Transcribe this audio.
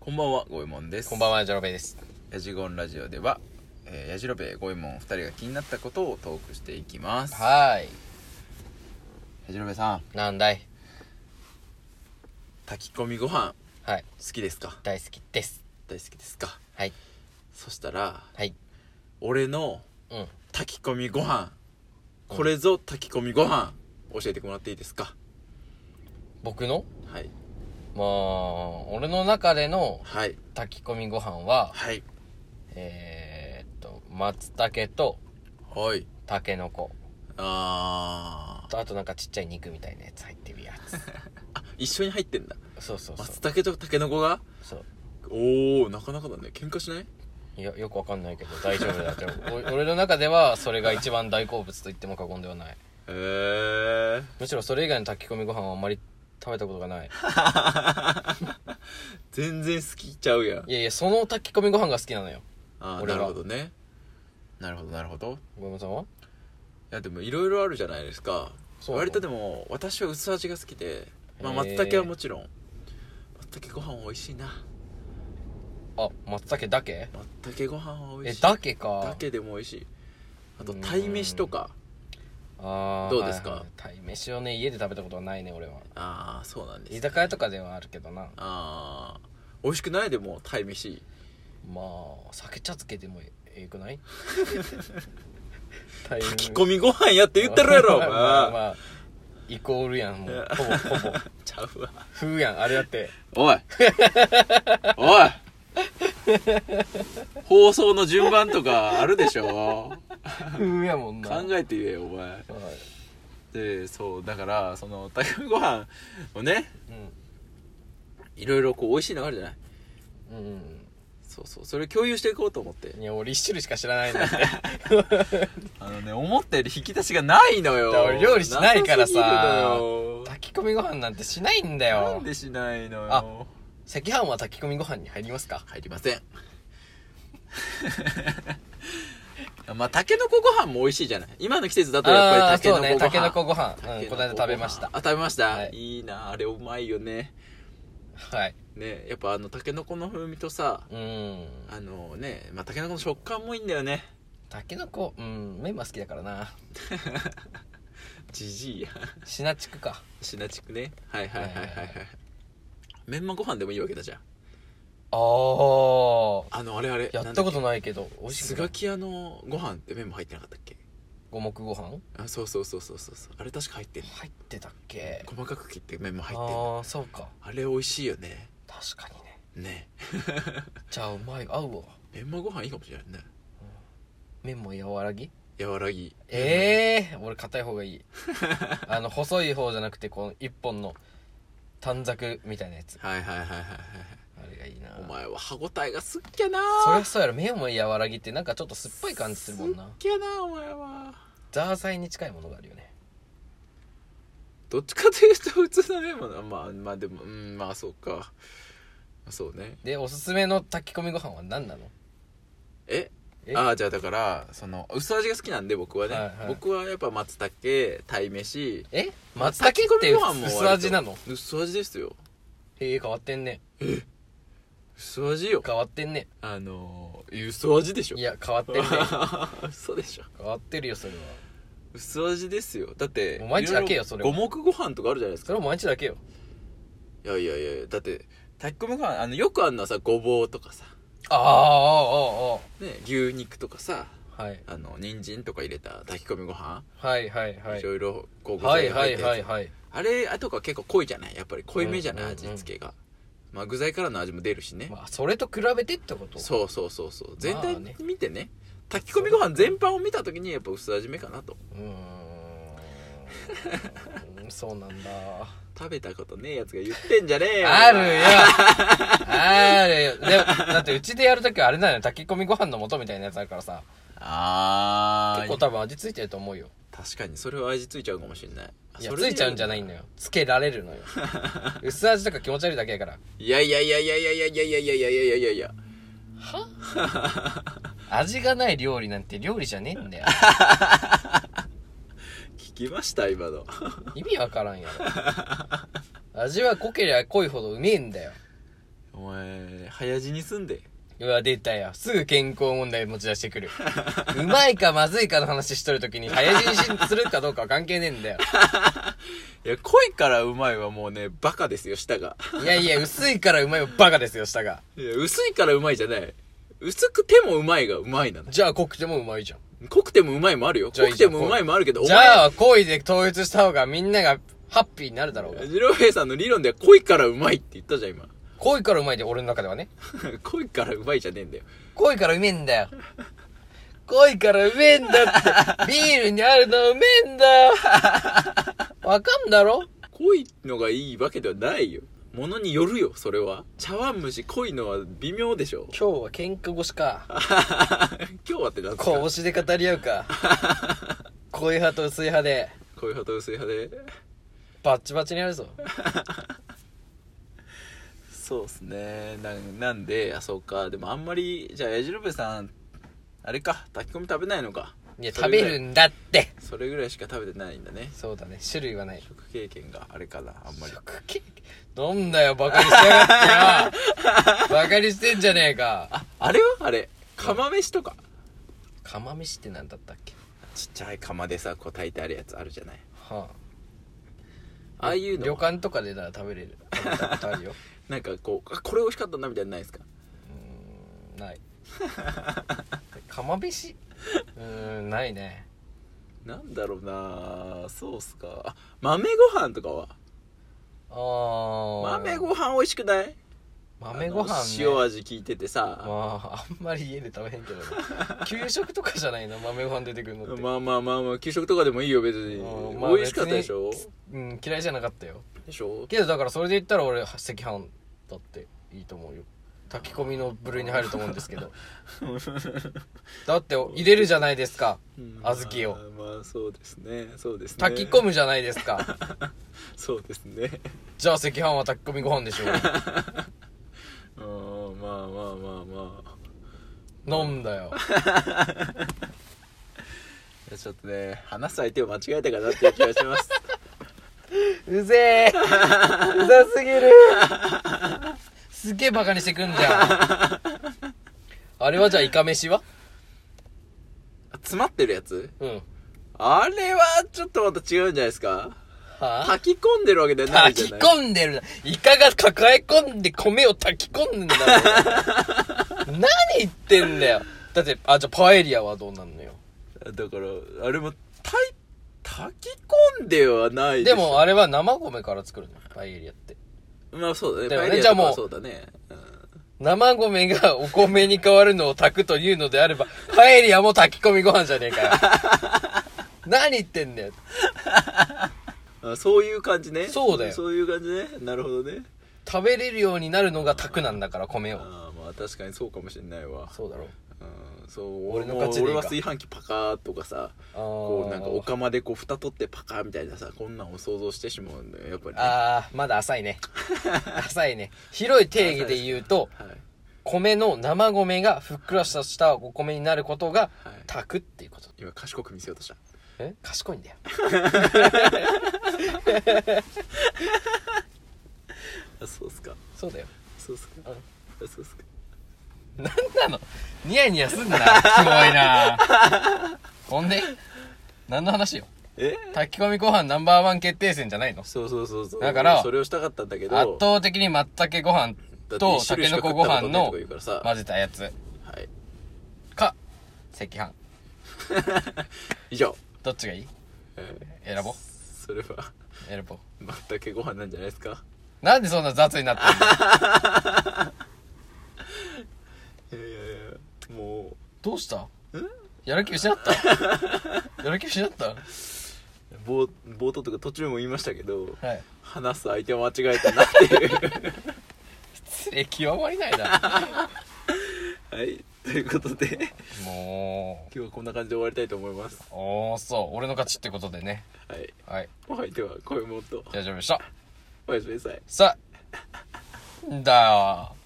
こんばんは、ゴエモンです。こんばんは。は、ジャロベイです。ヤジゴンラジオでは、えー、ヤジロベ、ゴエモン二人が気になったことをトークしていきます。ヤはージロベさん、い。なんだい炊き込みご飯はい。好きですか大好きです。大好きですかはい。そしたら、はい。俺のうん。炊き込みご飯、これぞ炊き込みご飯、教えてもらっていいですか僕のはい。まあ、俺の中でのはい。炊き込みご飯は、はい。えー、っと、松茸と、はい。タケノコ。あー。と、あとなんかちっちゃい肉みたいなやつ入ってるや あ、一緒に入ってんだ。つ。そうそうそう。松茸とタケノコがそう。おー、なかなかだね。喧嘩しないいや、よくわかんないけど、大丈夫だって。 お俺の中では、それが一番大好物と言っても過言ではない。へー。むしろそれ以外の炊き込みご飯はあんまり食べたこと がない。全然好きちゃうやんいやいや、その炊き込みご飯が好きなのよ。ああ俺なはるほどねなるほどなるほどいごめんさんはやでもいろいろあるじゃないですかそう割とでも私は薄味が好きで、まあ、へー松茸はもちろん松茸ご飯美味しいなあ、松茸だけ松茸ご飯は美え、味しいだけか。だけでも美味しいあとうん鯛めしとかあーどうですかはいはい鯛めしをね、家で食べたことはないね、俺は。ああそうなんです、居酒屋とかではあるけどな。ああ美味しくないでも鯛めしまあ、酒茶漬けでもええくない鯛め 炊き込みご飯やって言ってるやろお前、 まあまあ、イコールやん、もう。ほぼ、ほぼ。 ちゃうわ風やん、あれだって。おい おい放送の順番とかあるでし ょ風やもんな。考えて言えよお前はいでそうだからその炊き込みご飯をねういろいろこう美味しいのがあるじゃないん。うん。そうそうそれ共有していこうと思っていや、俺一種類しか知らない んだって。あのね思ったより引き出しがないのよだから俺料理しないかなさらさすぎるのよ炊き込みご飯なんてしないんだなよん。でしないのあよ赤飯は炊き込みご飯に入りますか入りません まあたけのこご飯も美味しいじゃない今の季節だとやっぱりたけのあーそこごうね飯たけのこご飯うん竹このの間食べましたあ食べました、はいい、いなあれうまいよねはいねやっぱあのたけのこの風味とさうんあのねまあたけのこの食感もいいんだよねたけのこうんメンマ好きだからなじじいや シナチクかしなちくねはいはいはいはいはいはいはいメンマご飯でもいいわけだじゃんあああのあれあれやったこといないけど美味しスくなガいキ屋のご飯ってメンマ入ってなかったっけ五目ご飯あそうそうそうそうそうそうあれ確か入ってんの入ってたっけ細かく切ってメンマ入ってんのああそうかあれ美味しいよね確かにねねじゃあうまい合うわメンマご飯いいかもしれないね麺も柔らぎ柔らぎええー、俺硬い方がいい あの細い方じゃなくてこの一本の短冊みたいなやつはいはいはいはいはいはいあれがいいなお前は歯ごたえがすっきゃなそりゃそうやろ麺も柔らぎってなんかちょっと酸っぱい感じするもんなすっげえなお前はザーサイに近いものがあるよねどっちかというと普通のメモなまあまあでもうんまあそうかそうねでおすすめの炊き込みご飯は何なのええああじゃあだからその薄味が好きなんで僕はね、はいはい僕はやっぱ松茸鯛めしえ松茸って薄味なの薄味ですよへえ変わってんね薄味よ変わってんねあのー薄味でしょ いや変わってん ね嘘でしょ変わってるよそれは薄味ですよだってもう毎日だけよそれは五目ご飯とかあるじゃないですそかれも毎日だけよいやいやいやだって炊き込みご飯あのよくあんなさごぼうとかさあーあーあーね牛肉とかさあーはいあの人参とか入れた炊き込みご飯、はいはいはいいろいろこう具はい材がは入いって、はいはいあれあとか結構濃いじゃないやっぱり濃いめじゃない、うんうんうん味付けが、まあ、具材からの味も出るしね、まあそれと比べてってことそうそうそうそう全体ね見てね炊き込みご飯全般を見た時にやっぱ薄味めかなとうーんそうなんだ食べたことねえやつが言ってんじゃねえよあるよあるよでだってうちでやるときはあれなのよ炊き込みご飯の素みたいなやつあるからさあ結構多分味付いてると思うよ確かにそれは味ついちゃうかもしれないいやついちゃうんじゃないんだよつけられるのよ薄味とか気持ち悪いだけやからいやいやいやいやいやいやいやいやいやいやいやいやいやは味がない料理なんて料理じゃねえんだよ聞きました今の意味わからんやろ味は濃けりゃ濃いほどうめえんだよお前早死にすんでうわ、出たよ。すぐ健康問題持ち出してくる。うまいかまずいかの話しとるときに、早死にしするかどうかは関係ねえんだよ。いや濃いからうまいはもうねバカですよ舌がいやいや、薄いからうまいはバカですよ、下が。いや薄いからうまいじゃない薄くてもうまいがうまいなのじゃあ濃くてもうまいじゃん。濃くてもうまいもあるよじゃあ濃いいくじてゃんもうまいもあるけどおじ前ゃあ、行為で統一した方がみんながハッピーになるだろうが。二郎兵さんの理論では濃いからうまいって言ったじゃん今濃いからうまいで、俺の中ではね。濃いからうまいじゃねえんだよ濃いからうめえんだよ。濃いからうめえんだって。ビールにあるのうめえんだよ。わかんだろ濃いのがいいわけではないよものによるよそれは茶碗蒸し濃いのは微妙でしょ今日は喧嘩腰か。今日はってなんですかこうしで語り合うか濃い派と薄い派で濃い派と薄い派でバッチバチにやるぞそうっすねなんなんであそうかでもあんまりじゃあ矢印さんあれか炊き込み食べないのかいやそれぐ食らべいるんだってそれぐらいしか食べてないんだねそうだね種類はない食経験があれかなあんまり食系なんだよバカにしやがってよバカにしてんじゃねえかああれはあれ釜飯とか釜飯って何だったっけちっちゃい釜でさこう炊いてあるやつあるじゃないはあああいうの旅館とかでなら食べれる食べたことあるよなんかこうあこれ美味しかったなみたいなのないですかうーんない 釜飯うーんないねなんだろうなそうっすかあ豆ご飯とかはあー豆ご飯美味しくない豆ご飯、あねの、塩味効いててさまああんまり家で食べへんけどね 給食とかじゃないの豆ご飯出てくるのって、まあまあまあまあ給食とかでもいいよ別にうんまあ美味しかったでしょうん、嫌いじゃなかったよでしょけどだからそれで言ったら俺赤飯だっていいと思うよ炊き込みの部類に入ると思うんで すけどだって入れるじゃないですかうん小豆をまあまあそうですねそうですね炊き込むじゃないですかそうですね じゃあ赤飯は炊き込みご飯でしょうんまあまあまあまあ飲んだよいやちょっとね話す相手を間違えたかなっていう気がします う ぜえうざすぎるすげえバカにしてくんじゃんあれはじゃあイカ飯はあ詰まってるやつうんあれはちょっとまた違うんじゃないですかは炊き込んでるわけじゃないじ炊ゃきない込んでるな。イカが抱え込んで米を炊き込んでんだよ。 何言ってんだよ。だって、あ、じゃあパエリアはどうなんのよ。だからあれも炊い炊き込んではないでしょもあれは生米から作るのよパエリアって。まあそうだねだよねパエリじゃアあとかもはうそうだねうん生米がお米に変わるのを炊くというのであれば、パエリアも炊き込みご飯じゃね えかよ。何言ってんだよ。あそういう感じねそうだよそういう感じねなるほどね食べれるようになるのが炊くなんだから、米を。ああまあ確かにそうかもしれないわそうだろう。うんそう俺のも勝ちでいい俺かは炊飯器パカーとかさあこうなんかおー釜でこう蓋取ってパカーみたいなさこんなんを想像してしまうんだよやっぱりね、あー、まだ浅いね。 浅いね。広い定義で言うと、はい米の生米がふっくらしたしたお米になることがはい炊くっていうこと今賢く見せようとしたえ賢いんだよあそうっすかそうだよそうっすかあそうっすかなんなのニヤニヤす んなキモいなほんで何の話よえ炊き込みご飯ナンバーワン決定戦じゃないのそうそうそうそうだからそれをしたかったんだけど圧倒的に松茸ご飯だってと一た種類けしかの食こったごことな飯いとのか言うからさ混ぜたやつはいか赤飯以上、どっちがいいえ選ぼうーそれは選ぼう全くご飯なんじゃないですかなんでそんな雑になってんの いやいやいやもどうしたやる気失った やる気失ったう冒冒頭とか途中も言いましたけどはい話す相手を間違えたなっていう 失礼極まりないなはいということで も今日はこんな感じで終わりたいと思いますう、おーそう、俺の勝ちってことでね。はいはい、お相手は声もっと大丈夫でした。おやすみなさいさあ、んだよ。